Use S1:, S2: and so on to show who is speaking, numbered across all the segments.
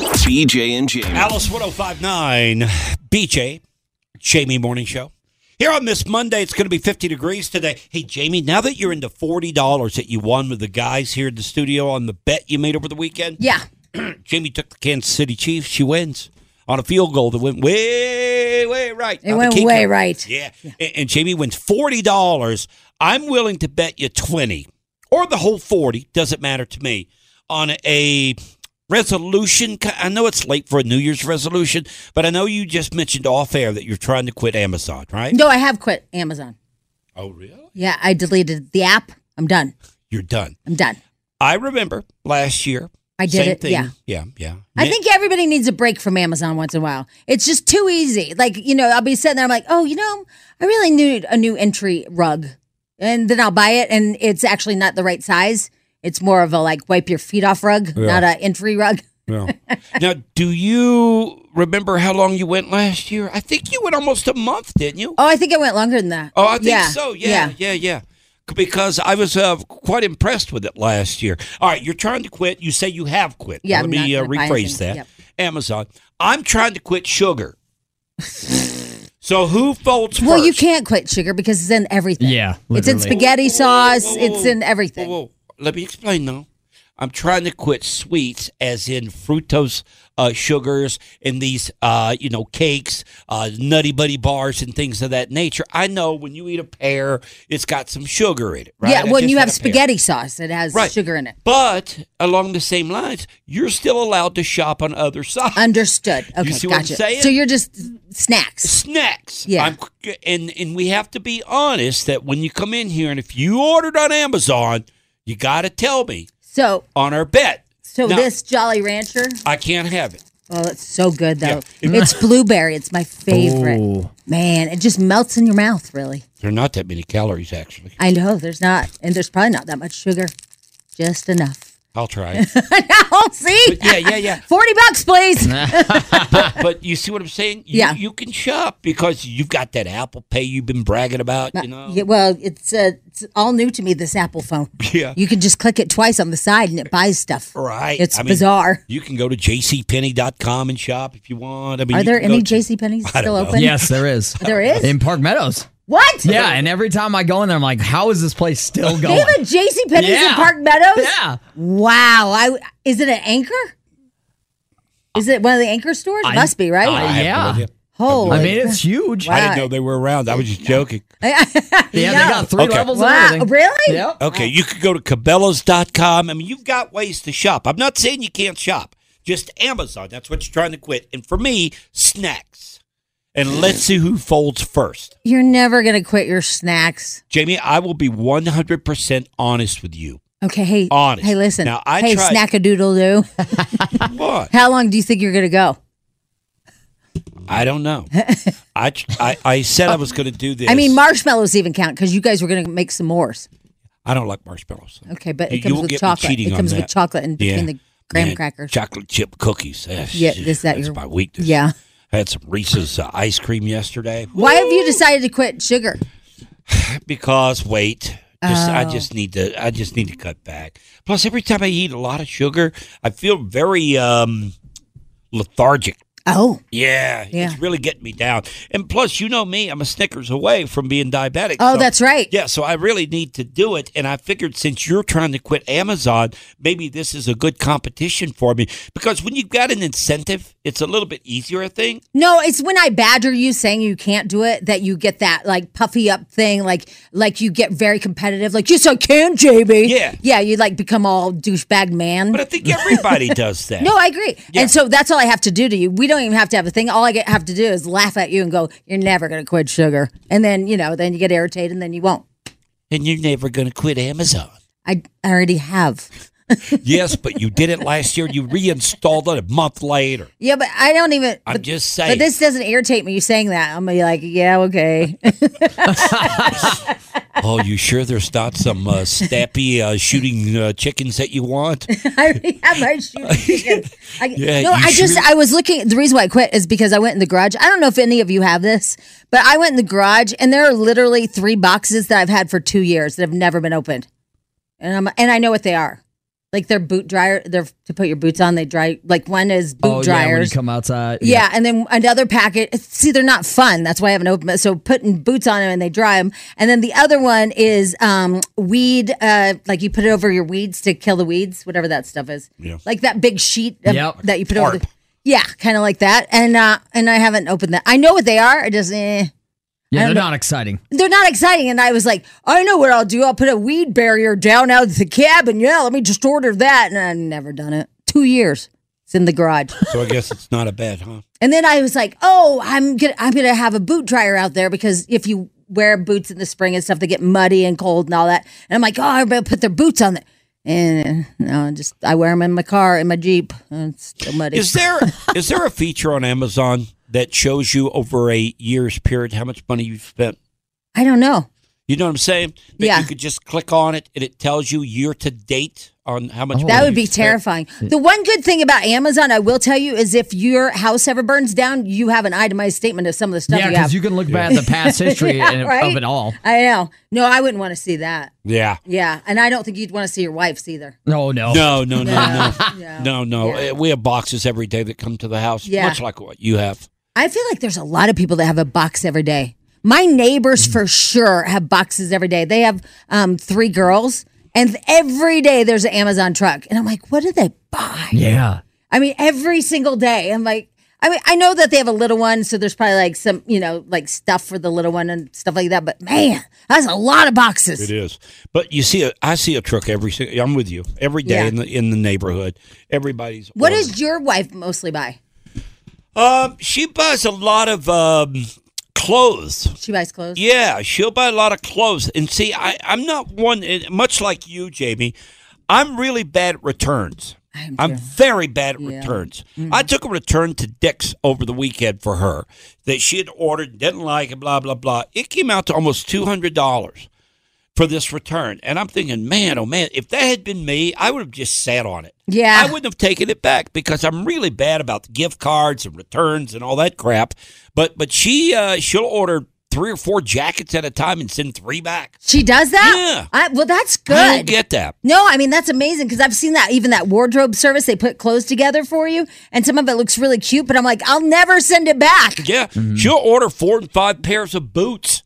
S1: BJ and Jamie.
S2: Alice 1059, BJ, Jamie Morning Show. Here on this Monday, it's going to be 50 degrees today. Hey, Jamie, now that you're into $40 that you won with the guys here at the studio on the bet you made over the weekend,
S3: Yeah.
S2: Jamie took the Kansas City Chiefs. She wins on a field goal that went way, way right.
S3: It
S2: on the
S3: went
S2: key
S3: way
S2: cut.
S3: right.
S2: Yeah. And, and Jamie wins $40. I'm willing to bet you 20 or the whole 40, doesn't matter to me, on a resolution. ki- I know it's late for a New Year's resolution, but I know you just mentioned off air that you're trying to quit Amazon, right?
S3: No, I have quit Amazon.
S2: Oh, really?
S3: Yeah, I deleted the app. I'm done.
S2: You're done.
S3: I'm done.
S2: I remember last year.
S3: I did
S2: same
S3: it,
S2: Thing.
S3: yeah.
S2: Yeah. Yeah.
S3: I think everybody needs a break from Amazon once in a while. It's just too easy. Like, you know, I'll be sitting there, I'm like, oh, you know, I really need a new entry rug. And then I'll buy it, and it's actually not the right size. It's more of a like wipe your feet off rug, not a entry rug.
S2: now, do you remember how long you went last year? I think you went almost a month, didn't you?
S3: Oh, I think it went longer than that.
S2: Oh, I think so. Yeah, yeah, yeah. C- Because I was uh, quite impressed with it last year. All right, you're trying to quit. You say you have quit.
S3: Yeah,
S2: Now, let
S3: I'm
S2: me
S3: not
S2: uh,
S3: gonna buy
S2: rephrase
S3: anything.
S2: that.
S3: Yep.
S2: Amazon. I'm trying to quit sugar. so who folds first?
S3: Well, you can't quit sugar because it's in everything.
S4: Yeah,
S3: It's in
S4: literally.
S3: spaghetti sauce,
S2: Whoa, whoa,
S3: it's in everything.
S2: Whoa, whoa. Let me explain now. I'm trying to quit sweets, as in fructose uh, sugars and these, uh, you know, cakes, uh, nutty buddy bars, and things of that nature. I know when you eat a pear, it's got some sugar in it, right?
S3: Yeah,
S2: I
S3: when
S2: just
S3: you
S2: had a
S3: have
S2: pear.
S3: spaghetti sauce, it has
S2: Right.
S3: sugar in it.
S2: But along the same lines, you're still allowed to shop on other sides.
S3: Understood. Okay,
S2: see what I'm
S3: gotcha.
S2: saying?
S3: So you're just snacks.
S2: Snacks.
S3: Yeah.
S2: I'm, and and we have to be honest that when you come in here and if you ordered on Amazon, you got to tell me
S3: So,
S2: on our bet.
S3: so
S2: Now,
S3: this Jolly Rancher.
S2: I can't have it.
S3: Oh, that's so good though.
S2: Yeah.
S3: It's blueberry. It's my favorite.
S4: Ooh.
S3: Man, it just melts in your mouth. Really,
S2: There are not that many calories actually.
S3: I know there's not, and there's probably not that much sugar, just enough.
S2: I'll try it.
S3: oh, see,
S2: But yeah, yeah, yeah.
S3: forty bucks, please.
S2: But you see what I'm saying? You,
S3: Yeah.
S2: You can shop because you've got that Apple Pay you've been bragging about. You know.
S3: Yeah, well, it's uh, it's all new to me. This Apple phone.
S2: Yeah.
S3: You can just click it twice on the side, and it buys stuff.
S2: Right.
S3: It's
S2: I mean,
S3: bizarre.
S2: You can go to jcpenney.com and shop if you want. I mean,
S3: Are
S2: you
S3: there
S2: can go
S3: any
S2: to-
S3: JC Penney's
S2: I don't
S3: still
S2: know.
S3: open?
S4: Yes, there is.
S3: There is?
S4: In Park Meadows.
S3: What?
S4: Yeah, and every time I go in there, I'm like, how is this place still
S3: They
S4: going?
S3: have a JC Penney's in
S4: Yeah.
S3: Park Meadows?
S4: Yeah.
S3: Wow. I is it an anchor? Is it one of the anchor stores?
S4: I-
S3: Must be, right?
S4: I-
S2: I have no
S4: Yeah.
S2: idea.
S3: Holy.
S4: I mean, it's huge.
S3: Wow.
S2: I didn't know they were around. I was just joking.
S4: Yeah, they got three
S2: Okay.
S4: levels
S3: Wow,
S4: and everything.
S3: really?
S4: Yep.
S2: Okay, you could go to cabela's.com. I mean, you've got ways to shop. I'm not saying you can't shop, just Amazon. That's what you're trying to quit. And for me, snacks. And let's see who folds first.
S3: You're never gonna quit your snacks.
S2: Jamie, I will be 100% honest with you.
S3: Okay, hey,
S2: Honest.
S3: hey, listen.
S2: Now, I
S3: hey,
S2: tried-
S3: snack a doodle doo.
S2: What?
S3: How long do you think you're gonna go?
S2: I don't know. I, I, I said I was going to do this.
S3: I mean, marshmallows even count because you guys were gonna make some s'mores.
S2: I don't like marshmallows.
S3: Okay, but
S2: You-
S3: it
S2: you
S3: comes
S2: won't
S3: with
S2: get me
S3: chocolate.
S2: cheating
S3: It
S2: on
S3: comes with
S2: that.
S3: chocolate in between
S2: Yeah.
S3: the graham
S2: Man,
S3: crackers.
S2: Chocolate chip cookies. That's,
S3: Yeah, is that
S2: that's
S3: your-
S2: my weakness.
S3: Yeah.
S2: I had some Reese's uh, ice cream yesterday.
S3: Why have you decided to quit sugar?
S2: because weight. Just, I
S3: Oh.
S2: just need to. I just need to cut back. Plus, every time I eat a lot of sugar, I feel very um, lethargic.
S3: Oh,
S2: Yeah,
S3: Yeah.
S2: it's really getting me down. And plus, you know me, I'm a Snickers away from being diabetic.
S3: oh,
S2: so-
S3: that's right.
S2: Yeah, so I really need to do it. And I figured since you're trying to quit Amazon, maybe this is a good competition for me because when you've got an incentive, it's a little bit easier, I think.
S3: No, it's when I badger you saying you can't do it that you get that like puffy up thing, like like you get very competitive, like yes I can, JB.
S2: Yeah.
S3: yeah, you like become all douchebag man.
S2: But I think everybody does that.
S3: no, I agree, and so that's all I have to do to you. We don't even have to have a thing. All I get, have to do is laugh at you and go, "You're never gonna quit sugar," and then you know, then you get irritated, and then you won't.
S2: and you're never going to quit Amazon.
S3: I, I already have.
S2: Yes, but you did it last year. You reinstalled it a month later.
S3: Yeah, but I don't even.
S2: I'm
S3: but,
S2: just
S3: but
S2: saying.
S3: this doesn't irritate me. You saying that, I'm gonna be like, yeah, okay.
S2: oh, you sure there's not some uh, snappy uh, shooting uh, chickens that you want?
S3: I already have my shoes. I,
S2: Yeah,
S3: no,
S2: you
S3: I just
S2: should.
S3: I was looking. The reason why I quit is because I went in the garage. I don't know if any of you have this, but I went in the garage and there are literally three boxes that I've had for two years that have never been opened, and I'm and I know what they are. like their boot dryer. They're to put your boots on. They dry like one is boot
S4: oh yeah, when you
S3: dryers.
S4: come outside.
S3: Yeah, and then another packet. See, they're not fun. That's why I haven't opened. it. So putting boots on them and they dry them. And then the other one is um, weed. Uh, like you put it over your weeds to kill the weeds, whatever that stuff is.
S2: Yeah.
S3: Like that big sheet of,
S4: Yep.
S3: that you put over.
S2: Tarp.
S3: The, yeah, kind of like that. And uh, and I haven't opened that. I know what they are. I just eh.
S4: yeah, they're
S3: don't know.
S4: not exciting.
S3: they're not exciting. And I was like, I know what I'll do. I'll put a weed barrier down out of the cabin. Yeah, let me just order that. And I've never done it. Two years. It's in the garage.
S2: So I guess it's not a bed, huh?
S3: And then I was like, "Oh, I'm gonna I'm gonna have a boot dryer out there because if you wear boots in the spring and stuff, they get muddy and cold and all that." And I'm like, "Oh, everybody put their boots on there." And no, I just I wear them in my car in my Jeep. And it's still muddy.
S2: Is there is there a feature on Amazon that shows you over a year's period how much money you've spent?
S3: I don't know.
S2: You know what I'm saying? That
S3: Yeah.
S2: You could just click on it and it tells you year to date on how much.
S3: That
S2: money
S3: would be
S2: you've spent.
S3: terrifying. The one good thing about Amazon, I will tell you, is if your house ever burns down, you have an itemized statement of some of the stuff
S4: Yeah,
S3: you
S4: because
S3: have.
S4: you can look back at the past history
S3: Yeah,
S4: and,
S3: right?
S4: of it all.
S3: I know. No, I wouldn't want to see that.
S2: Yeah.
S3: Yeah, and I don't think you'd want to see your wife's either.
S4: No, no.
S2: No, no, no, no.
S3: Yeah.
S2: No, no. Uh, We have boxes every day that come to the house,
S3: Yeah.
S2: much like what you have.
S3: I feel like there's a lot of people that have a box every day. My neighbors
S2: Mm-hmm.
S3: for sure have boxes every day. They have um, three girls, and every day there's an Amazon truck. And I'm like, what do they buy?
S4: Yeah.
S3: I mean, every single day. I'm like, I mean, I know that they have a little one, so there's probably like some, you know, like stuff for the little one and stuff like that. But man, that's a lot of boxes.
S2: It is, but you see, a, I see a truck every. si- I'm with you every day
S3: Yeah.
S2: in the in the neighborhood. Everybody's.
S3: What
S2: ordering.
S3: does your wife mostly buy?
S2: Um, she buys a lot of um clothes.
S3: She buys clothes.
S2: Yeah, she'll buy a lot of clothes. And see, I, I'm not one, and much like you, Jamie, I'm really bad at returns.
S3: am
S2: I'm very bad at
S3: Yeah. Mm-hmm.
S2: returns. I took a return to Dick's over the weekend for her that she had ordered, didn't like it, blah, blah, blah. It came out to almost $200 for this return. And I'm thinking, man, oh, man, if that had been me, I would have just sat on it.
S3: Yeah.
S2: I wouldn't have taken it back because I'm really bad about the gift cards and returns and all that crap. But but she uh, she'll order three or four jackets at a time and send three back.
S3: She does that?
S2: Yeah.
S3: I, well, that's good.
S2: I don't get that.
S3: No, I mean that's amazing because I've seen that even that wardrobe service they put clothes together for you, and some of it looks really cute. But I'm like, I'll never send it back,
S2: Yeah, she'll order four and five pairs of boots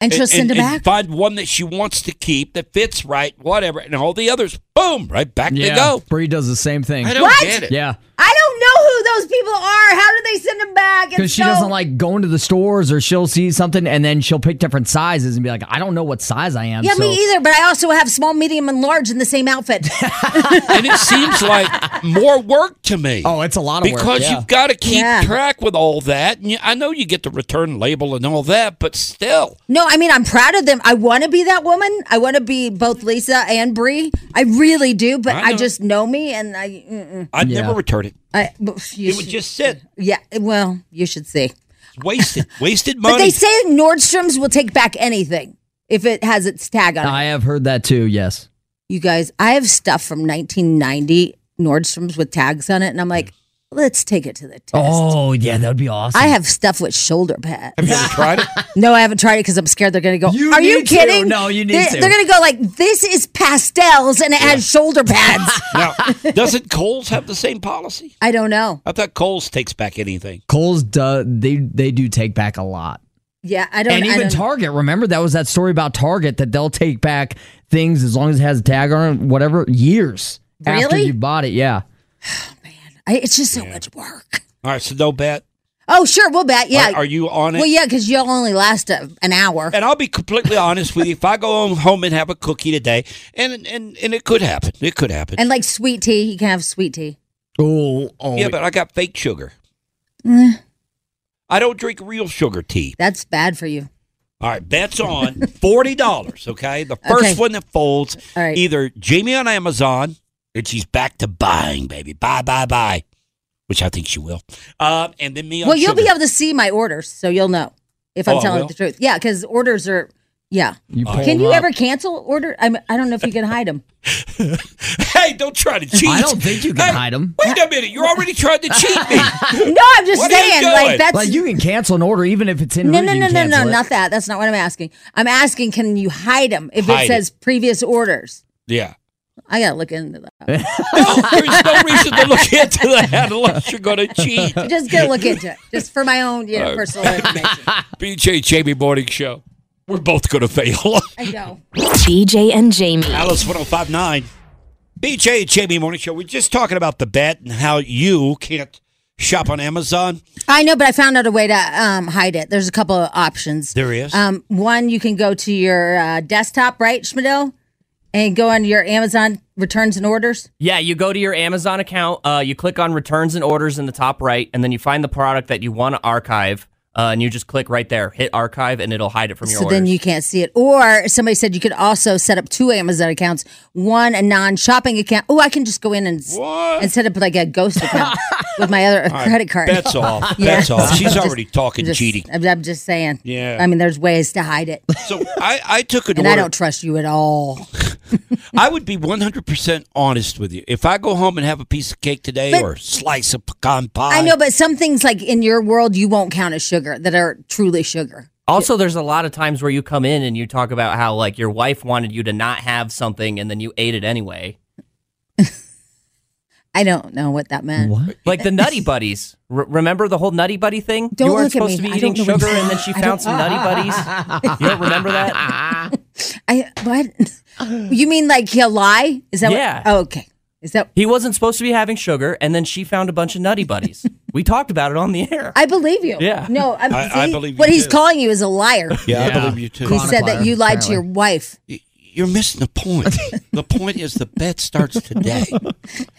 S3: and she'll
S2: and,
S3: send
S2: and-
S3: it
S2: and
S3: back.
S2: find one that she wants to keep that fits right, whatever, and all the others, boom, right back
S4: Yeah.
S2: they go.
S4: Bree does the same thing.
S2: I don't
S3: What?
S2: get it.
S4: Yeah.
S3: I don't know who those people are. How do they send them back? It's
S4: Because she
S3: so-
S4: doesn't like going to the stores or she'll see something and then she'll pick different sizes and be like, I don't know what size I am.
S3: Yeah,
S4: so.
S3: me either. But I also have small, medium, and large in the same outfit.
S2: and it seems like more work to me.
S4: Oh, it's a lot of work.
S2: because
S4: yeah.
S2: you've got to keep
S3: Yeah.
S2: track with all that. And you, I know you get the return label and all that, but still,
S3: no, I mean I'm proud of them. I want to be that woman. I want to be both Lisa and Bree. I really do. But
S2: I
S3: I,
S2: know.
S3: just know me, and I, mm-mm.
S2: I'd
S4: Yeah.
S2: never return it.
S3: I but you
S2: It would
S3: should-
S2: just sit
S3: yeah. Well, you should see.
S2: It's wasted, wasted
S3: But they
S2: money.
S3: say Nordstrom's will take back anything if it has its tag on it.
S4: I have heard that too, yes.
S3: You guys, I have stuff from 1990 Nordstrom's with tags on it, and I'm like, let's take it to the test.
S4: Oh, yeah, that would be awesome.
S3: I have stuff with shoulder pads.
S2: Have you ever tried it?
S3: No, I haven't tried it because I'm scared they're going to go.
S4: You
S3: Are you
S4: need to.
S3: kidding?
S4: No, you need
S3: they're,
S4: to."
S3: They're going to go like this is pastels and it has shoulder pads.
S2: Now, doesn't Coles have the same policy?
S3: I don't know.
S2: I thought Coles takes back anything.
S4: Kohl's, do, they, they do take back a lot.
S3: Yeah, I don't.
S4: And
S3: I
S4: even
S3: don't know.
S4: Target, remember that was that story about Target that they'll take back things as long as it has a tag on it, whatever, years after
S3: Really?
S4: you bought it. Yeah.
S3: I, it's just so much work.
S2: All right, so no bet.
S3: Oh sure, we'll bet. Yeah.
S2: Are, are you on it?
S3: well, yeah, because you'll only last a, an hour.
S2: And I'll be completely honest with you. If I go home and have a cookie today, and and and it could happen, it could happen.
S3: And like sweet tea, you can have sweet tea.
S4: Oh, oh.
S2: yeah, but I got fake sugar.
S3: Eh.
S2: I don't drink real sugar tea.
S3: That's bad for you.
S2: All right, bets on forty dollars. Okay, the first
S3: Okay.
S2: one that folds,
S3: All right.
S2: either Jamie on Amazon, and she's back to buying, baby, buy, buy, buy, which I think she will. Uh, and then me on.
S3: Well, you'll be
S2: sugar.
S3: able to see my orders, so you'll know if I'm
S2: Oh, I
S3: telling
S2: will?
S3: the truth. Yeah, because orders are. Yeah.
S4: You pull
S3: Can
S4: them
S3: you
S4: up.
S3: ever cancel order? I'm, I don't know if you can hide them.
S2: Hey, don't try to cheat.
S4: I don't think you can
S2: Hey,
S4: hide 'em.
S2: Wait a minute, you're already trying to cheat me.
S3: No, I'm just
S2: What are you
S3: saying.
S2: doing?
S3: Like that's
S4: Like you can cancel an order even if it's in
S3: no,
S4: route,
S3: no,
S4: you
S3: no,
S4: can
S3: no, no,
S4: cancel it.
S3: not that. That's not what I'm asking. I'm asking, can you hide them if
S2: Hide it.
S3: it says previous orders?
S2: yeah.
S3: I gotta look into that.
S2: No, there's no reason to look into that unless you're going to cheat.
S3: Just gonna look into it, just for my own, you know, personal information.
S2: BJ Jamie Morning Show. We're both going to fail.
S3: I know.
S1: BJ and Jamie.
S2: Alice 1059. BJ and Jamie Morning Show. We're just talking about the bet and how you can't shop on Amazon.
S3: I know, but I found out a way to um, hide it. There's a couple of options.
S2: There is.
S3: Um, one, you can go to your uh, desktop, right, Schmidl, and go on your Amazon returns and orders.
S5: Yeah, you go to your Amazon account, uh, you click on returns and orders in the top right, and then you find the product that you want to archive, uh, and you just click right there, hit archive, and it'll hide it from your
S3: so
S5: orders.
S3: then you can't see it. Or somebody said you could also set up two Amazon accounts, one a non-shopping account. Oh, I can just go in and s-
S2: What?
S3: and set up like a ghost account with my other credit card.
S2: Bets off.
S3: Yeah.
S2: Bets off. She's
S3: Just-
S2: already talking
S3: just,
S2: cheating.
S3: I'm, I'm just saying.
S2: Yeah.
S3: I mean, there's ways to hide it,
S2: So I, I took an
S3: and
S2: order.
S3: I don't trust you at all.
S2: I would be 100% honest with you. If I go home and have a piece of cake today
S3: But-
S2: or a slice of pecan pie.
S3: I know, but some things like in your world you won't count as sugar that are truly sugar.
S5: also, there's a lot of times where you come in and you talk about how like your wife wanted you to not have something, and then you ate it anyway.
S3: I don't know what that meant.
S4: What?
S5: Like the Nutty Buddies. R- remember the whole Nutty Buddy thing?
S3: Don't
S5: you weren't
S3: look at
S5: supposed
S3: me.
S5: to
S3: I
S5: be eating
S3: don't know what
S5: sugar,
S3: you-
S5: and then she
S3: I
S5: found
S3: don't-
S5: some Nutty Buddies. you don't remember that?
S3: I what? You mean like he'll lie? Is that
S5: Yeah.
S3: what? Oh, okay. Is that?
S5: He wasn't supposed to be having sugar, and then she found a bunch of Nutty Buddies. we talked about it on the air.
S3: I believe you.
S5: Yeah.
S3: No, I'm,
S2: I- I
S3: see,
S2: believe you
S3: What he's
S2: do.
S3: calling you is a liar.
S2: Yeah,
S4: Yeah.
S2: I believe you too.
S3: He
S4: Chronic
S3: said that
S4: liar,
S3: you lied to
S4: apparently.
S3: your wife.
S2: Y- You're missing the point. the point is the bet starts today.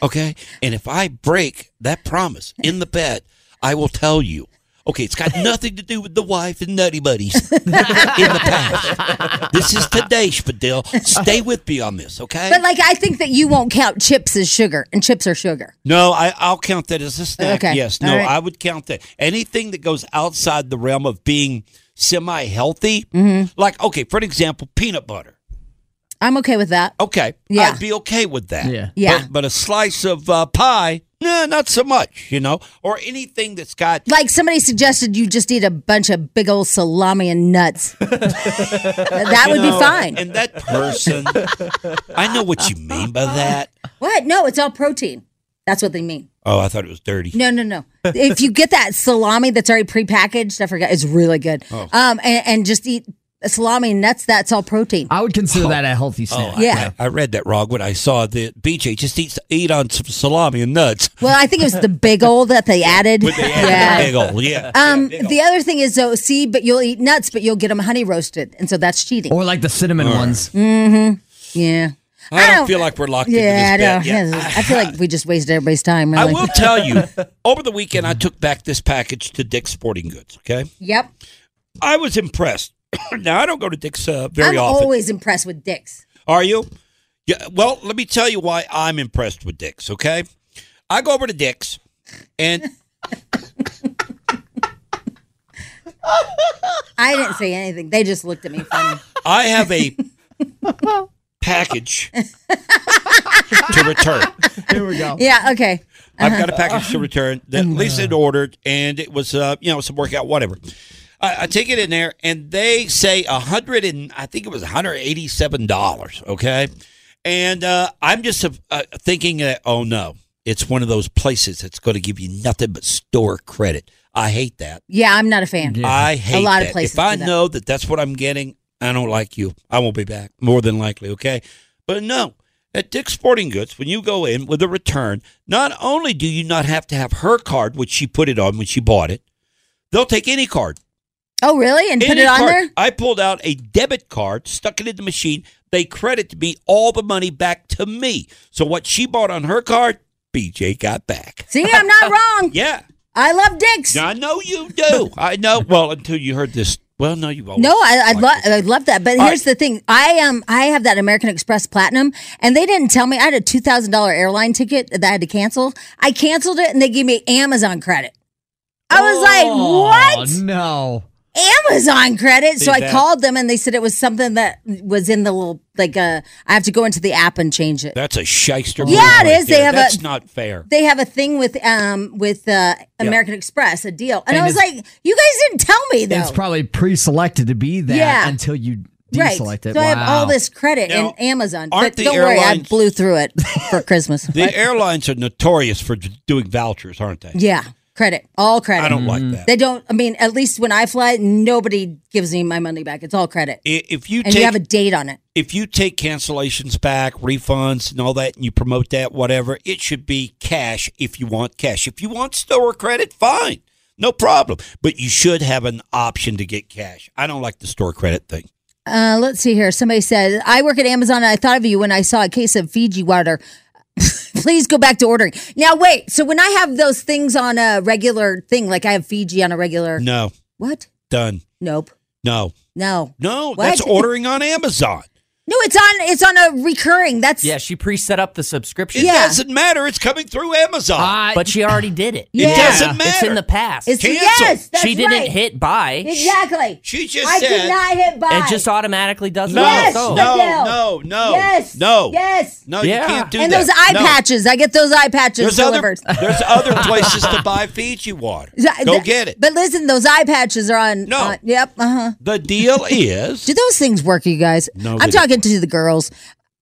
S2: Okay? And if I break that promise in the bet, I will tell you. Okay, it's got nothing to do with the wife and nutty buddies in the past. This is today, Spadil. Stay with me on this, okay?
S3: But like, I think that you won't count chips as sugar, and chips are sugar.
S2: No, I, I'll count that as a snack.
S3: Okay.
S2: Yes, no,
S3: All right.
S2: I would count that. Anything that goes outside the realm of being semi healthy,
S3: Mm-hmm.
S2: like, okay, for an example, peanut butter.
S3: I'm okay with that.
S2: Okay.
S3: Yeah.
S2: I'd be okay with that.
S4: Yeah.
S3: Yeah.
S2: But, but a slice of uh, pie, nah, not so much, you know, or anything that's got.
S3: Like somebody suggested, you just eat a bunch of big old salami and nuts. that would be
S2: No,
S3: fine.
S2: And that person, I know what you mean by that.
S3: what? No, it's all protein. That's what they mean.
S2: Oh, I thought it was dirty.
S3: No, no, no. if you get that salami that's already prepackaged, I forgot, it's really good.
S2: Oh.
S3: Um, and, and just eat salami and nuts. That's all
S2: Ah,
S3: protein.
S4: I would consider that a healthy snack.
S3: I- Oh. Yeah.
S2: Oh, I, I read that wrong when I saw that BJ just eats eat on some salami and nuts.
S3: Well, I think it was the big old that they added.
S2: With the
S3: yeah.
S2: big ol', yeah.
S3: Um,
S2: Yeah, big ol'.
S3: the other thing is though, see, but you'll eat nuts, but you'll get them honey roasted, and so that's cheating.
S2: Oh.
S4: Or like the cinnamon ones.
S3: yeah,
S2: I don't, feel like we're locked
S3: yeah, I
S2: into
S3: don't.
S2: this bet yet.
S3: I feel like we just wasted everybody's time.
S2: I
S3: Really.
S2: will tell you, over the weekend, I took back this package to Dick's Sporting Goods. Okay,
S3: Yep,
S2: I was impressed. now I don't go to Dick's uh, very
S3: I'm
S2: often.
S3: always impressed with dicks.
S2: Are you? Yeah. Well, let me tell you why I'm impressed with Dick's. Okay, I go over to Dick's, and
S3: I didn't say anything. They just looked at me funny.
S2: I have a package to return.
S4: Here we
S2: Oh.
S4: go.
S3: yeah. Okay.
S2: I've got a package to return that Lisa had ordered, and it was uh, you know some workout, whatever. I, I take it in there, and they say a hundred and I think it was one hundred eighty-seven dollars. Okay, and uh, I'm just uh, uh, thinking that oh no, it's one of those places that's going to give you nothing but store credit. I hate that.
S3: Yeah, I'm not a fan.
S2: I hate
S3: lot of
S2: that.
S3: places
S2: If I
S3: do that.
S2: know that that's what I'm getting, I don't like you. I won't be back more than likely. Okay, but no. At Dick's Sporting Goods, when you go in with a return, not only do you not have to have her card, which she put it on when she bought it, they'll take any card.
S3: Oh, really? And put
S2: any
S3: it on
S2: card.
S3: there?
S2: I pulled out a debit card, stuck it in the machine. They credited me all the money back to me. So what she bought on her card, BJ got back.
S3: See, I'm not wrong.
S2: Yeah.
S3: I love dicks.
S2: Now, I know you do. I know. Well, until you heard this. Well, no, you won't.
S3: No, I, I'd,
S2: Like
S3: love, I'd love that. But
S2: All
S3: here's the thing: I um, I have that American Express Platinum, and they didn't tell me I had a two thousand dollar airline ticket that I had to cancel. I canceled it, and they gave me Amazon credit. I was like, "What?
S4: Oh, no.
S3: Amazon credit?"
S2: See
S3: So I
S2: that?
S3: called them, and they said it was something that was in the little like uh, I have to go into the app and change it.
S2: That's a shyster.
S3: Yeah,
S2: move
S3: it
S2: right
S3: is. They
S2: there.
S3: have a-
S2: That's not fair.
S3: They have a thing with um with uh, American Express, a deal, and, I
S4: And
S3: was
S4: it's-
S3: like, "You guys didn't tell me though."
S4: It's probably pre selected to be that
S3: Yeah.
S4: until you
S3: Right.
S4: deselect it.
S3: So I have all
S4: Wow.
S3: this credit
S2: Now,
S3: in Amazon.
S2: aren't
S3: But
S2: the
S3: don't worry, I
S2: airlines-
S3: blew through it for Christmas.
S2: The
S3: But
S2: airlines are notorious for d- doing vouchers, aren't they?
S3: yeah, credit. All credit.
S2: I don't
S5: Mm-hmm.
S2: like that.
S3: They don't, I mean, at least when I fly, nobody gives me my money back. It's all credit.
S2: I- if you
S3: and
S2: take
S3: you have a date on it.
S2: if you take cancellations back, refunds, and all that, and you promote that, whatever, it should be cash if you want cash. If you want store credit, fine, no problem. But you should have an option to get cash. I don't like the store credit thing.
S3: Uh, let's see here. Somebody said, I work at Amazon and I thought of you when I saw a case of Fiji water. Please go back to ordering. Now, wait. So when I have those things on a regular thing, like I have Fiji on a regular.
S2: No,
S3: What?
S2: done.
S3: Nope.
S2: No,
S3: No.
S2: no,
S3: What?
S2: that's ordering on Amazon.
S3: No, it's on it's on a recurring. That's
S5: Yeah, she pre-set up the subscription.
S2: It
S3: Yeah.
S2: doesn't matter. It's coming through Amazon.
S4: I-
S5: but she already did it.
S3: It Yeah.
S2: doesn't
S5: It's
S2: matter.
S5: in the past.
S3: it's
S2: Cancel.
S3: yes. That's
S5: she didn't
S3: right.
S5: hit buy.
S3: Exactly.
S2: she just
S3: I
S2: said
S3: did not hit buy.
S5: It just automatically does
S2: no,
S5: it.
S3: Yes,
S5: So,
S2: no,
S3: Adele.
S2: no, no,
S3: yes.
S2: no,
S3: Yes.
S2: no. You
S5: Yeah.
S2: can't do
S3: and
S2: that.
S3: those eye
S2: No.
S3: patches. I get those eye patches
S2: There's other,
S3: delivered.
S2: there's other places to buy Fiji water.
S3: Yeah,
S2: Go
S3: th-
S2: get it.
S3: But listen, those eye patches are on.
S2: No.
S3: on- yep. Uh huh.
S2: The deal is
S3: Do those things work, you guys?
S2: No, they
S3: I'm talking to the girls.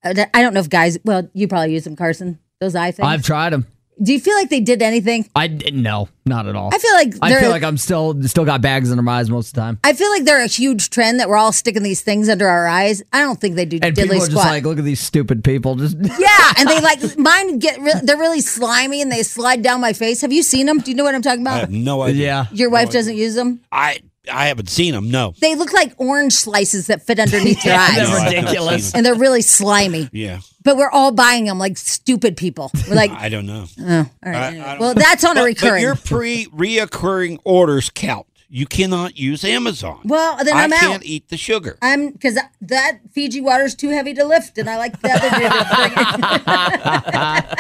S3: Uh, th- I don't know if guys. Well, you probably use them, Carson. Those eye things.
S4: I've tried them.
S3: Do you feel like they did anything?
S4: I d- no, not at all.
S3: I feel like
S4: I
S3: they're-
S4: feel like I'm still still got bags under my eyes most of the time.
S3: I feel like they're a huge trend that we're all sticking these things under our eyes. I don't think they do
S4: And
S3: diddly
S4: people are
S3: squat.
S4: just like, look at these stupid people. Just
S3: yeah, and they like mine get re- they're really slimy and they slide down my face. Have you seen them? Do you know what I'm talking
S2: I
S3: about?
S2: have no idea.
S4: yeah.
S3: Your wife doesn't use them.
S2: I I haven't seen them. No.
S3: They look like orange slices that fit underneath your eyes.
S2: No, I haven't
S5: ridiculous.
S2: seen 'em.
S3: and they're really slimy.
S2: Yeah,
S3: But we're all buying them like stupid people. We're like,
S2: I don't know.
S3: all right. anyway.
S2: I don't-
S3: well, that's on
S2: But,
S3: a
S2: but
S3: recurring.
S2: your pre reoccurring orders count. You cannot use Amazon.
S3: well, then
S2: I
S3: I'm
S2: can't
S3: out.
S2: eat the sugar.
S3: I'm because that Fiji water's too heavy to lift, and I like the other dude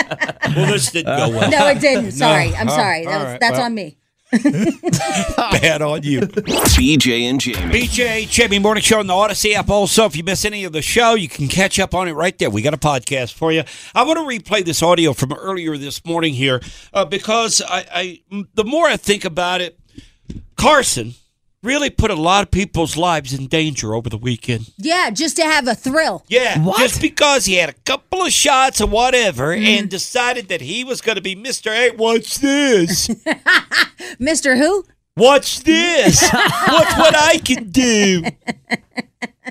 S3: to bring it.
S2: Well, this didn't go well.
S3: No, it didn't. Sorry, I'm
S2: Oh,
S3: sorry. That
S2: all
S3: was,
S2: right.
S3: that's
S2: Well-
S3: on me.
S2: Bad on you.
S6: BJ and Jamie.
S2: BJ, Jamie Morning Show on the Odyssey app. Also, if you miss any of the show, you can catch up on it right there. We got a podcast for you. I want to replay this audio from earlier this morning here uh, because I, I, the more I think about it, Carson really put a lot of people's lives in danger over the weekend.
S3: Yeah, just to have a thrill.
S2: Yeah, just because he had a couple of shots or whatever, and decided that he was going to be Mister. Hey, what's this?
S3: Mister Who?
S2: What's this? What's what I can do?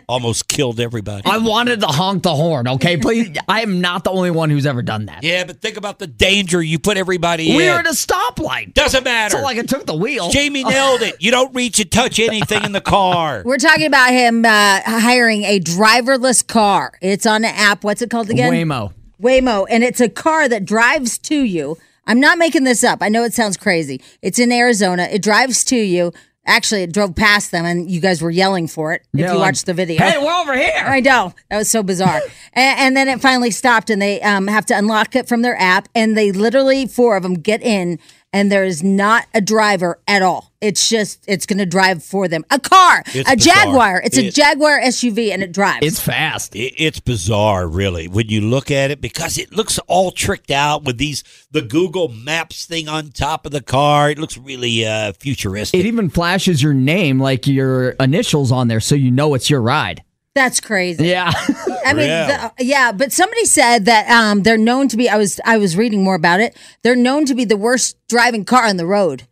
S2: Almost killed everybody.
S4: I wanted to honk the horn, okay? Please, I am not the only one who's ever done that.
S2: Yeah, but think about the danger you put everybody in.
S4: We were at a stoplight.
S2: Doesn't matter.
S4: So like it took the wheel.
S2: Jamie nailed it. You don't reach and touch anything in the car.
S3: We're talking about him uh, hiring a driverless car. It's on an app. What's it called again?
S4: Waymo.
S3: Waymo, and it's a car that drives to you. I'm not making this up. I know it sounds crazy. It's in Arizona. It drives to you. Actually, it drove past them, and you guys were yelling for it if
S4: Yeah,
S3: you
S4: like,
S3: watched the video.
S4: Hey, we're over here.
S3: I know that was so bizarre, and, and then it finally stopped, and they um, have to unlock it from their app, and they literally four of them get in, and there is not a driver at all. It's just it's going to drive for them. A car,
S2: It's bizarre.
S3: a Jaguar. It's a
S2: It-
S3: Jaguar SUV, and it drives.
S4: It's fast.
S2: It- It's bizarre, really, when you look at it because it looks all tricked out with these the Google Maps thing on top of the car. It looks really uh, futuristic.
S4: It even flashes your name, like your initials on there, so you know it's your ride.
S3: That's crazy.
S4: Yeah.
S3: I mean,
S2: Yeah.
S3: the, yeah, but somebody said that um, they're known to be. I was I was reading more about it. They're known to be the worst driving car on the road.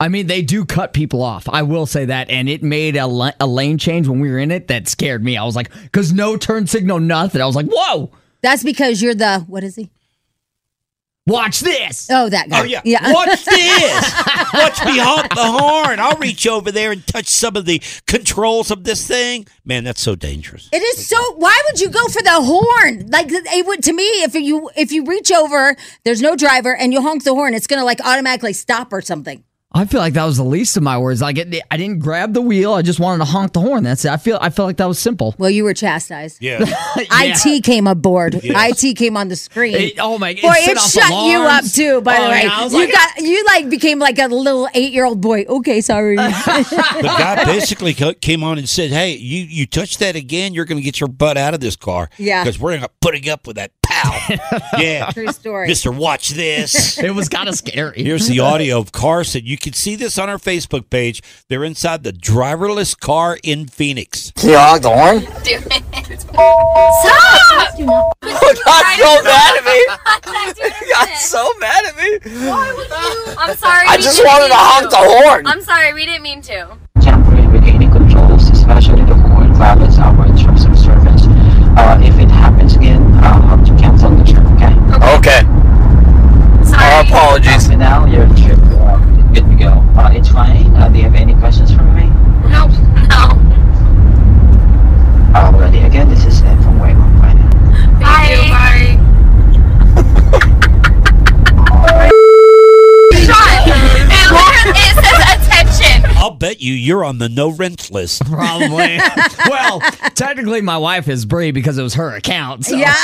S4: I mean, they do cut people off. I will say that. And it made a, la- a lane change when we were in it that scared me. I was like, because no turn signal, nothing. I was like, whoa,
S3: That's because you're the what is he?
S4: watch this.
S3: Oh, that guy.
S2: Oh yeah. What's this? Watch me honk the horn. I'll reach over there and touch some of the controls of this thing. Man, that's so dangerous.
S3: It is so. Why would you go for the horn? Like it would to me. If you if you reach over, there's no driver, and you honk the horn, it's gonna like automatically stop or something.
S4: I feel like that was the least of my worries. Like, it, I didn't grab the wheel. I just wanted to honk the horn. That's it. I feel, I feel like that was simple.
S3: Well, you were chastised.
S2: Yeah.
S3: It came aboard. It came on the screen.
S4: It- oh my! It
S3: Boy,
S4: set
S3: it
S4: off
S3: shut you up
S4: alarms.
S3: too. By
S4: Oh,
S3: the way,
S4: yeah, I was
S3: you
S4: like,
S3: got you like became like a little eight year old boy. Okay, sorry.
S2: The guy basically co- came on and said, "Hey, you you touch that again, you're going to get your butt out of this car.
S3: Yeah.
S2: because we're not putting up with that pow
S3: Wow.
S2: Yeah.
S3: True story.
S2: Mr. Watch This.
S4: It was kind of scary.
S2: Here's the audio of Carson. You can see this on our Facebook page. They're inside the driverless car in Phoenix.
S7: See how I honk the horn?
S8: Stop!
S7: You got so mad at me. You got so mad at me.
S8: I'm sorry.
S7: I
S8: we
S7: just
S8: didn't
S7: wanted
S8: mean
S7: to honk the horn.
S8: I'm sorry, we didn't mean to.
S9: temporary regaining controls, especially the court violates our terms of service. Uh, if it happens again, uh, I'll have to cancel the trip, okay?
S7: Okay. Our
S8: Sorry.
S7: apologies.
S9: For now, your trip uh, is good to go. Uh, it's fine. Uh, do you have any questions for me?
S8: No, no.
S9: Already, again, this is Ed from Waycom Finance.
S8: Bye. Sean, it literally- it says attention.
S2: I'll bet you you're on the no rent list.
S4: Probably. well, technically, my wife is Bree because it was her account. So.
S3: yeah.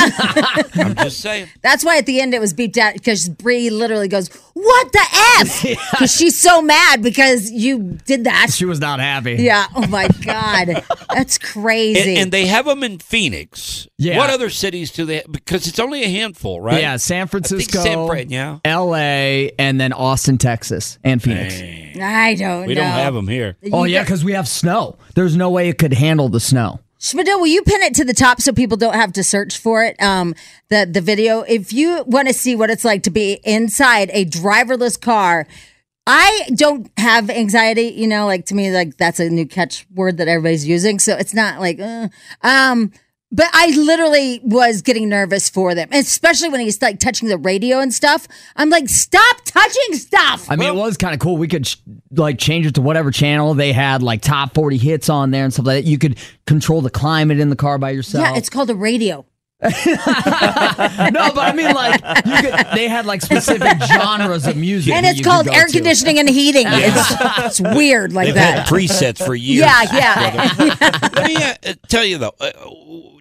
S2: I'm just saying.
S3: That's why at the end it was beeped out because Bree literally goes, What the F? Because she's so mad because you did that.
S4: She was not happy.
S3: Yeah. Oh my God. That's
S2: And,
S3: crazy.
S2: and they have them in Phoenix.
S4: Yeah.
S2: What other cities do they? Because it's only a handful, right?
S4: Yeah, San Francisco,
S2: San Fran, yeah.
S4: L.A., and then Austin, Texas, and Phoenix.
S3: I don't
S2: We
S3: know.
S2: don't have them here.
S4: Oh yeah, because we have snow. There's no way it could handle the snow.
S3: Schmidl, will you pin it to the top so people don't have to search for it? Um, the the video. If you want to see what it's like to be inside a driverless car, I don't have anxiety. You know, like to me, like that's a new catchword that everybody's using. So it's not like, uh, um. But I literally was getting nervous for them, especially when he's like touching the radio and stuff. I'm like, stop touching stuff.
S4: I mean, it was kind of cool. We could sh- like change it to whatever channel they had, like top forty hits on there and stuff like that. You could control the climate in the car by yourself.
S3: yeah, it's called a radio.
S4: no, but I mean, like you could, they had like specific genres of music,
S3: And
S4: that
S3: it's
S4: you could
S3: called
S4: go
S3: air
S4: to.
S3: conditioning and heating. It's, it's weird like
S2: They've
S3: that.
S2: had presets for years.
S3: Yeah, yeah.
S2: Let me uh, tell you though. Uh,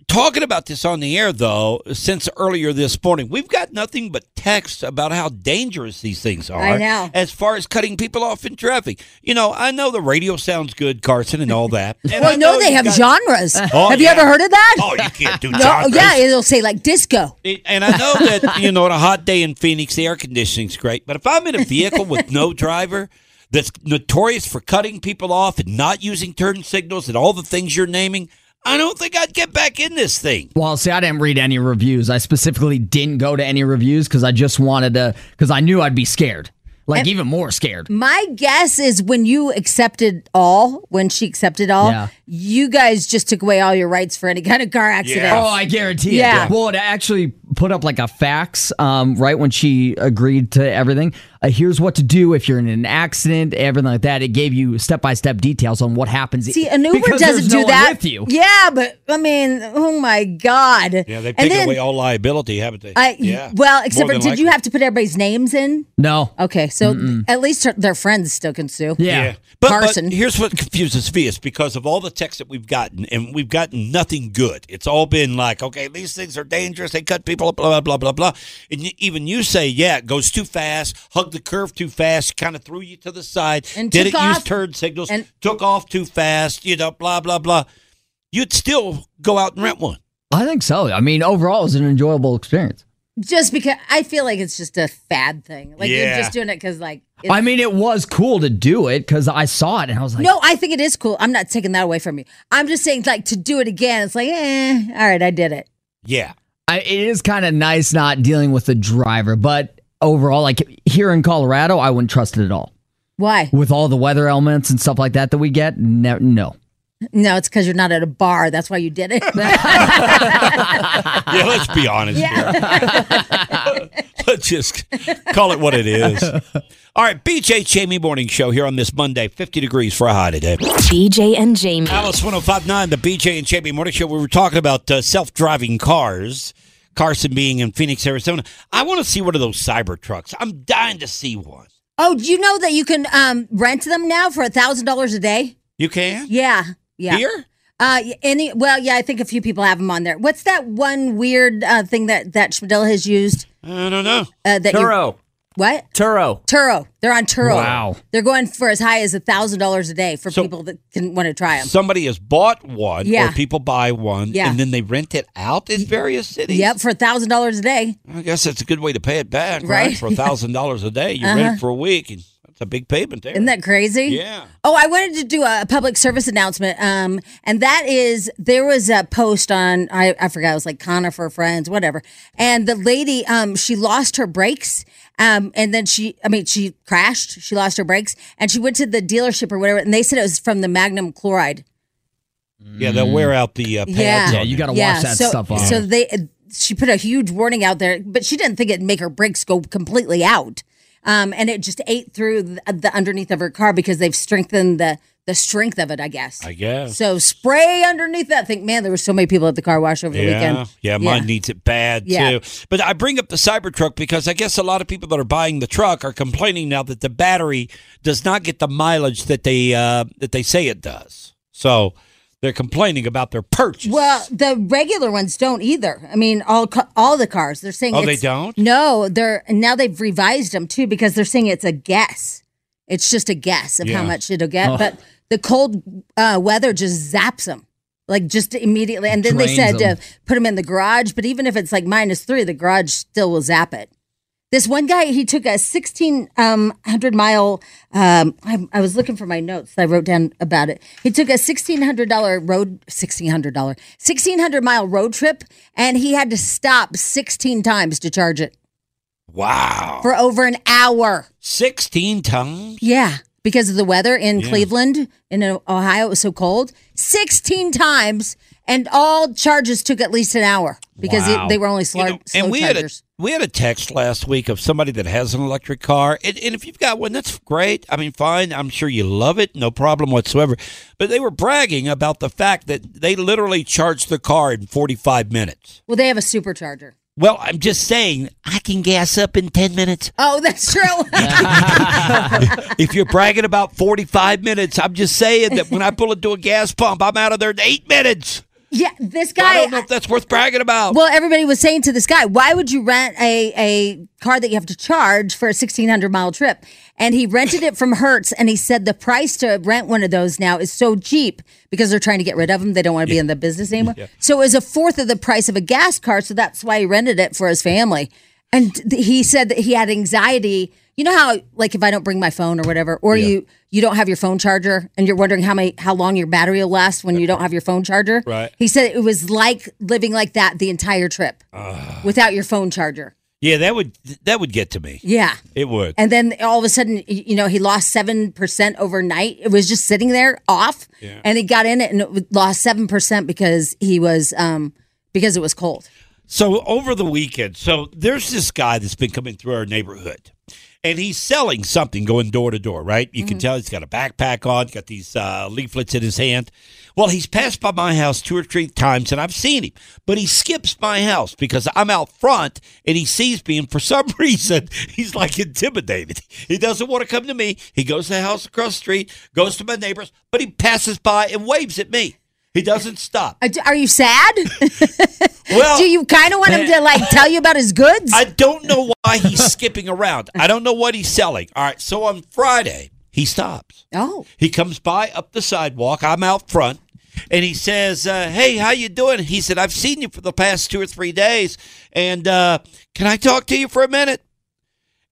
S2: talking about this on the air though, since earlier this morning, we've got nothing but texts about how dangerous these things are.
S3: I know.
S2: As far as cutting people off in traffic, you know, I know the radio sounds good, Carson, and all that. And
S3: well,
S2: I
S3: no,
S2: know
S3: they
S2: you
S3: have
S2: got-
S3: genres.
S2: Oh,
S3: have you
S2: yeah.
S3: ever heard of that?
S2: Oh, you can't do
S3: No,
S2: genres.
S3: yeah, it'll say like disco.
S2: It- and I know that you know on a hot day in Phoenix, the air conditioning's great. But if I'm in a vehicle with no driver, that's notorious for cutting people off and not using turn signals and all the things you're naming, I don't think I'd get back in this thing.
S4: Well, see, I didn't read any reviews. I specifically didn't go to any reviews because I just wanted to, because I knew I'd be scared, like even more scared.
S3: My guess is when you accepted all, when she accepted all,
S4: Yeah.
S3: you guys just took away all your rights for any kind of car accident.
S4: Oh, I guarantee
S3: Yeah.
S4: it. Well, it actually put up like a fax um, right when she agreed to everything. Uh, here's what to do if you're in an accident, everything like that. It gave you step by step details on what happens.
S3: See, an Uber
S4: Because
S3: doesn't
S4: there's
S3: do
S4: no one
S3: that.
S4: with you.
S3: Yeah, but I mean, oh my god.
S2: Yeah, they've
S3: And
S2: taken
S3: then
S2: away all liability, haven't they?
S3: I,
S2: yeah.
S3: Well, except
S2: More
S3: for did
S2: than
S3: you
S2: likely.
S3: have to put everybody's names in?
S4: No.
S3: Okay, so at least her, their friends still can sue.
S4: Yeah.
S2: But,
S3: Carson.
S2: but here's what confuses me is because of all the texts that we've gotten, and we've gotten nothing good. It's all been like, okay, these things are dangerous. They cut people up, blah, blah, blah, blah, blah. And you, even you say, yeah, it goes too fast, hugged the curve too fast, kind of threw you to the side,
S3: And
S2: didn't
S3: took
S2: use
S3: off.
S2: turn signals,
S3: And-
S2: took off too fast, you know, blah, blah, blah. You'd still go out and rent one.
S4: I think so. I mean, overall, it was an enjoyable experience.
S3: Just because I feel like it's just a fad thing. Like
S2: Yeah.
S3: you're just doing it because like it's
S4: I mean, it was cool to do it because I saw it and I was like,
S3: No, I think it is cool. I'm not taking that away from you. I'm just saying, like, to do it again, it's like, eh, all right, I did it.
S2: Yeah.
S4: I, it is kind of nice not dealing with the driver, but overall, like here in Colorado, I wouldn't trust it at all.
S3: Why?
S4: With all the weather elements and stuff like that that we get, ne- no.
S3: No, it's because you're not at a bar. That's why you did it.
S2: Yeah, let's be honest here. let's just call it what it is. All right, BJ Jamie Morning Show here on this Monday, 50 degrees for a high today.
S1: BJ and Jamie.
S2: Alice 1059, the BJ and Jamie Morning Show. We were talking about uh, self driving cars, Carson being in Phoenix, Arizona. I want to see one of those cyber trucks. I'm dying to see one.
S3: oh, do you know that you can um, rent them now for a thousand dollars a day?
S2: You can?
S3: Yeah, yeah.
S2: Here?
S3: Uh, y- any? Well, yeah, I think a few people have them on there. What's that one weird uh, thing that that Schmidl has used?
S2: I don't know.
S3: Uh, that you-
S5: Turo.
S3: What?
S5: Turo.
S3: Turo. They're on Turo.
S4: Wow.
S3: They're going for as high as a thousand dollars a day for
S2: So-
S3: people that can want to try them.
S2: Somebody has bought one,
S3: Yeah.
S2: or people buy one,
S3: Yeah.
S2: and then they rent it out in various cities.
S3: Yep, for a thousand dollars a day.
S2: I guess that's a good way to pay it back, right?
S3: Right. Uh-huh.
S2: For a thousand dollars a day, you rent it for a week, and that's a big payment there.
S3: Isn't that crazy?
S2: Yeah.
S3: Oh, I wanted to do a a public service announcement. Um, and that is there was a post on I, I forgot it was like Conifer Friends, whatever. And the lady, um, she lost her brakes. Um, and then she, I mean, she crashed. She lost her brakes, and she went to the dealership or whatever, and they said it was from the Magnum chloride.
S2: Yeah, they'll wear out the uh, pads.
S3: Yeah.
S4: Yeah,
S2: on
S4: you
S2: it.
S4: got to wash that
S3: so,
S4: stuff off.
S3: So they, she put a huge warning out there, but she didn't think it'd make her brakes go completely out. Um, and it just ate through the, the underneath of her car because they've strengthened the the strength of it, I guess.
S2: I guess.
S3: So spray underneath that thing. Man, there were so many people at the car wash over the
S2: Yeah,
S3: weekend.
S2: yeah, mine needs it bad
S3: Yeah.
S2: too. But I bring up the Cybertruck because I guess a lot of people that are buying the truck are complaining now that the battery does not get the mileage that they uh, that they say it does. So they're complaining about their purchase.
S3: Well, the regular ones don't either. I mean, all ca- all the cars they're saying.
S2: Oh,
S3: it's-
S2: they don't?
S3: No, they're and now they've revised them too because they're saying it's a guess. It's just a guess of
S2: Yeah.
S3: how much it'll get, but the cold uh, weather just zaps them like just immediately. And then they
S4: Drains
S3: said
S4: them.
S3: to put them in the garage, but even if it's like minus three, the garage still will zap it. This one guy, he took a sixteen um, hundred mile. Um, I, I was looking for my notes. that I wrote down about it. He took a sixteen hundred dollar road, sixteen hundred dollar, sixteen hundred mile road trip, and he had to stop sixteen times to charge it
S2: wow,
S3: for over an hour.
S2: sixteen times.
S3: Yeah, because of the weather in Cleveland, in O- Ohio, it was so cold. Sixteen times, and all charges took at least an hour because it,
S2: Wow.
S3: they were only slow,
S2: You know,
S3: slow
S2: and we had a
S3: chargers.
S2: we had a text last week of somebody that has an electric car, and, and if you've got one, that's great. I mean, fine. I'm sure you love it, no problem whatsoever. But they were bragging about the fact that they literally charged the car in 45 minutes.
S3: well, they have a supercharger.
S2: Well, I'm just saying, I can gas up in 10 minutes.
S3: Oh, that's true.
S2: if you're bragging about 45 minutes, I'm just saying that when I pull into a gas pump, I'm out of there in eight minutes.
S3: yeah, this
S2: I
S3: guy.
S2: don't know if that's worth bragging about.
S3: well, everybody was saying to this guy, "Why would you rent a a car that you have to charge for a sixteen hundred mile trip?" And he rented it from Hertz, and he said the price to rent one of those now is so cheap because they're trying to get rid of them. They don't want to be in the business anymore. So it was a fourth of the price of a gas car. So that's why he rented it for his family. And th- he said that he had anxiety. You know how, like, if I don't bring my phone or whatever, or you you don't have your phone charger, and you're wondering how many how long your battery will last when you don't have your phone charger.
S2: Right.
S3: He said it was like living like that the entire trip without your phone charger.
S2: yeah, that would that would get to me.
S3: Yeah.
S2: It would.
S3: And then all of a sudden, y- you know, he lost 7% overnight. It was just sitting there off. And he got in it and it w- lost 7% because he was, um, because it was cold.
S2: So over the weekend, so there's this guy that's been coming through our neighborhood, and he's selling something, going door to door. Right? You
S3: Mm-hmm.
S2: can tell he's got a backpack on, got these uh, leaflets in his hand. Well, he's passed by my house two or three times, and I've seen him, but he skips my house because I'm out front, and he sees me, and for some reason, he's like intimidated. He doesn't want to come to me. He goes to the house across the street, goes to my neighbors, but he passes by and waves at me. He doesn't stop.
S3: Uh, Are- Are you sad?
S2: Well,
S3: Do you kind of want him to like tell you about his goods?
S2: I don't know why he's skipping around. I don't know what he's selling. All right, so on Friday, he stops.
S3: oh,
S2: He comes by up the sidewalk. I'm out front, and he says, uh, "Hey, how you doing?" He said, "I've seen you for the past two or three days, and uh, can I talk to you for a minute?"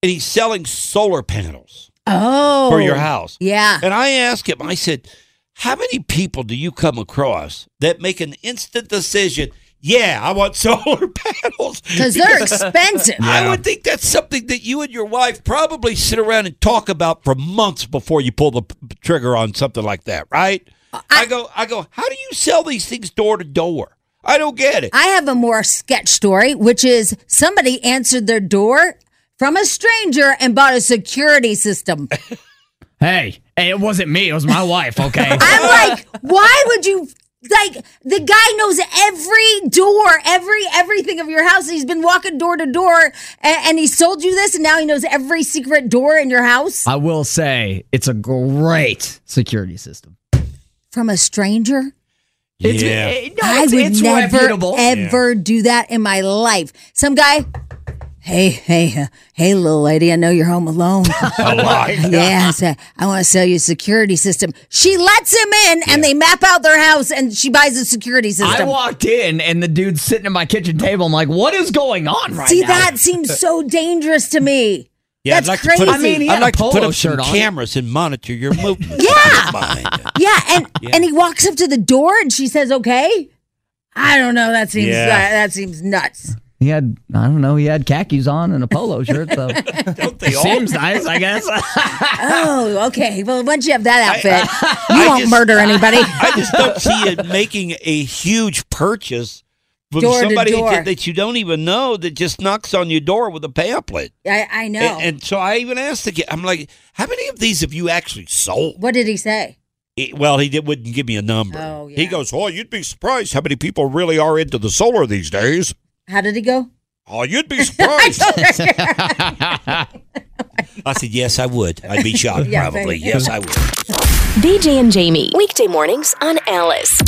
S2: And he's selling solar panels
S3: oh,
S2: for your house.
S3: Yeah.
S2: And I asked him, I said, How many people do you come across that make an instant decision? Yeah, I want solar panels.
S3: Cause they're expensive.
S2: I would think that's something that you and your wife probably sit around and talk about for months before you pull the p- p- trigger on something like that, right? I, go, I go. How do you sell these things door to door? I don't get it.
S3: I have a more sketch story, which is somebody answered their door from a stranger and bought a security system.
S4: hey, hey, it wasn't me. It was my wife. Okay.
S3: I'm like, why would you? Like the guy knows every door, every everything of your house. He's been walking door to door, and, and he sold you this, and now he knows every secret door in your house
S4: I will say it's a great security system.
S3: from a stranger.
S4: It's,
S2: Yeah.
S4: it- no,
S3: I
S4: it's,
S3: would
S4: it's
S3: never
S4: reputable.
S3: ever do that in my life. Some guy, Hey, hey, uh, hey, little lady, I know you're home alone.
S2: A lot.
S3: yeah, I said, I want to sell you a security system. She lets him in and they map out their house and she buys a security
S4: I
S3: system.
S4: walked in and the dude's sitting at my kitchen table. I'm like, what is going on right
S3: See,
S4: now?
S3: that seems so dangerous to me.
S2: Yeah,
S3: That's
S2: I'd like
S3: crazy.
S2: to put up,
S4: I mean, he had
S2: I'd
S4: a
S2: like to put
S4: polo
S2: up some
S4: shirt on.
S2: cameras and monitor your movements. yeah.
S3: Yeah, and and he walks up to the door and she says, "Okay." I don't know. That seems
S2: Yeah.
S3: that, that seems nuts.
S4: He had, I don't know, he had khakis on and a polo shirt. So
S2: Don't they all?
S4: seems nice, I guess.
S3: Oh, okay. Well, once you have that outfit, you
S2: I
S3: won't
S2: just-
S3: murder anybody.
S2: I just don't see it making a huge purchase from
S3: Door to
S2: somebody that-
S3: door.
S2: that you don't even know that just knocks on your door with a pamphlet.
S3: I, I know.
S2: And, and so I even asked the kid, I'm like, how many of these have you actually sold?
S3: what did he say?
S2: He- well, he did, wouldn't give me a number.
S3: Oh, yeah.
S2: He goes, oh, you'd be surprised how many people really are into the solar these days.
S3: How did he go?
S2: Oh, you'd be surprised. I said, yes, I would. I'd be shocked,
S3: Yeah,
S2: probably.
S3: thank you.
S2: Yes, I would.
S1: BJ and Jamie. Weekday mornings on Alice.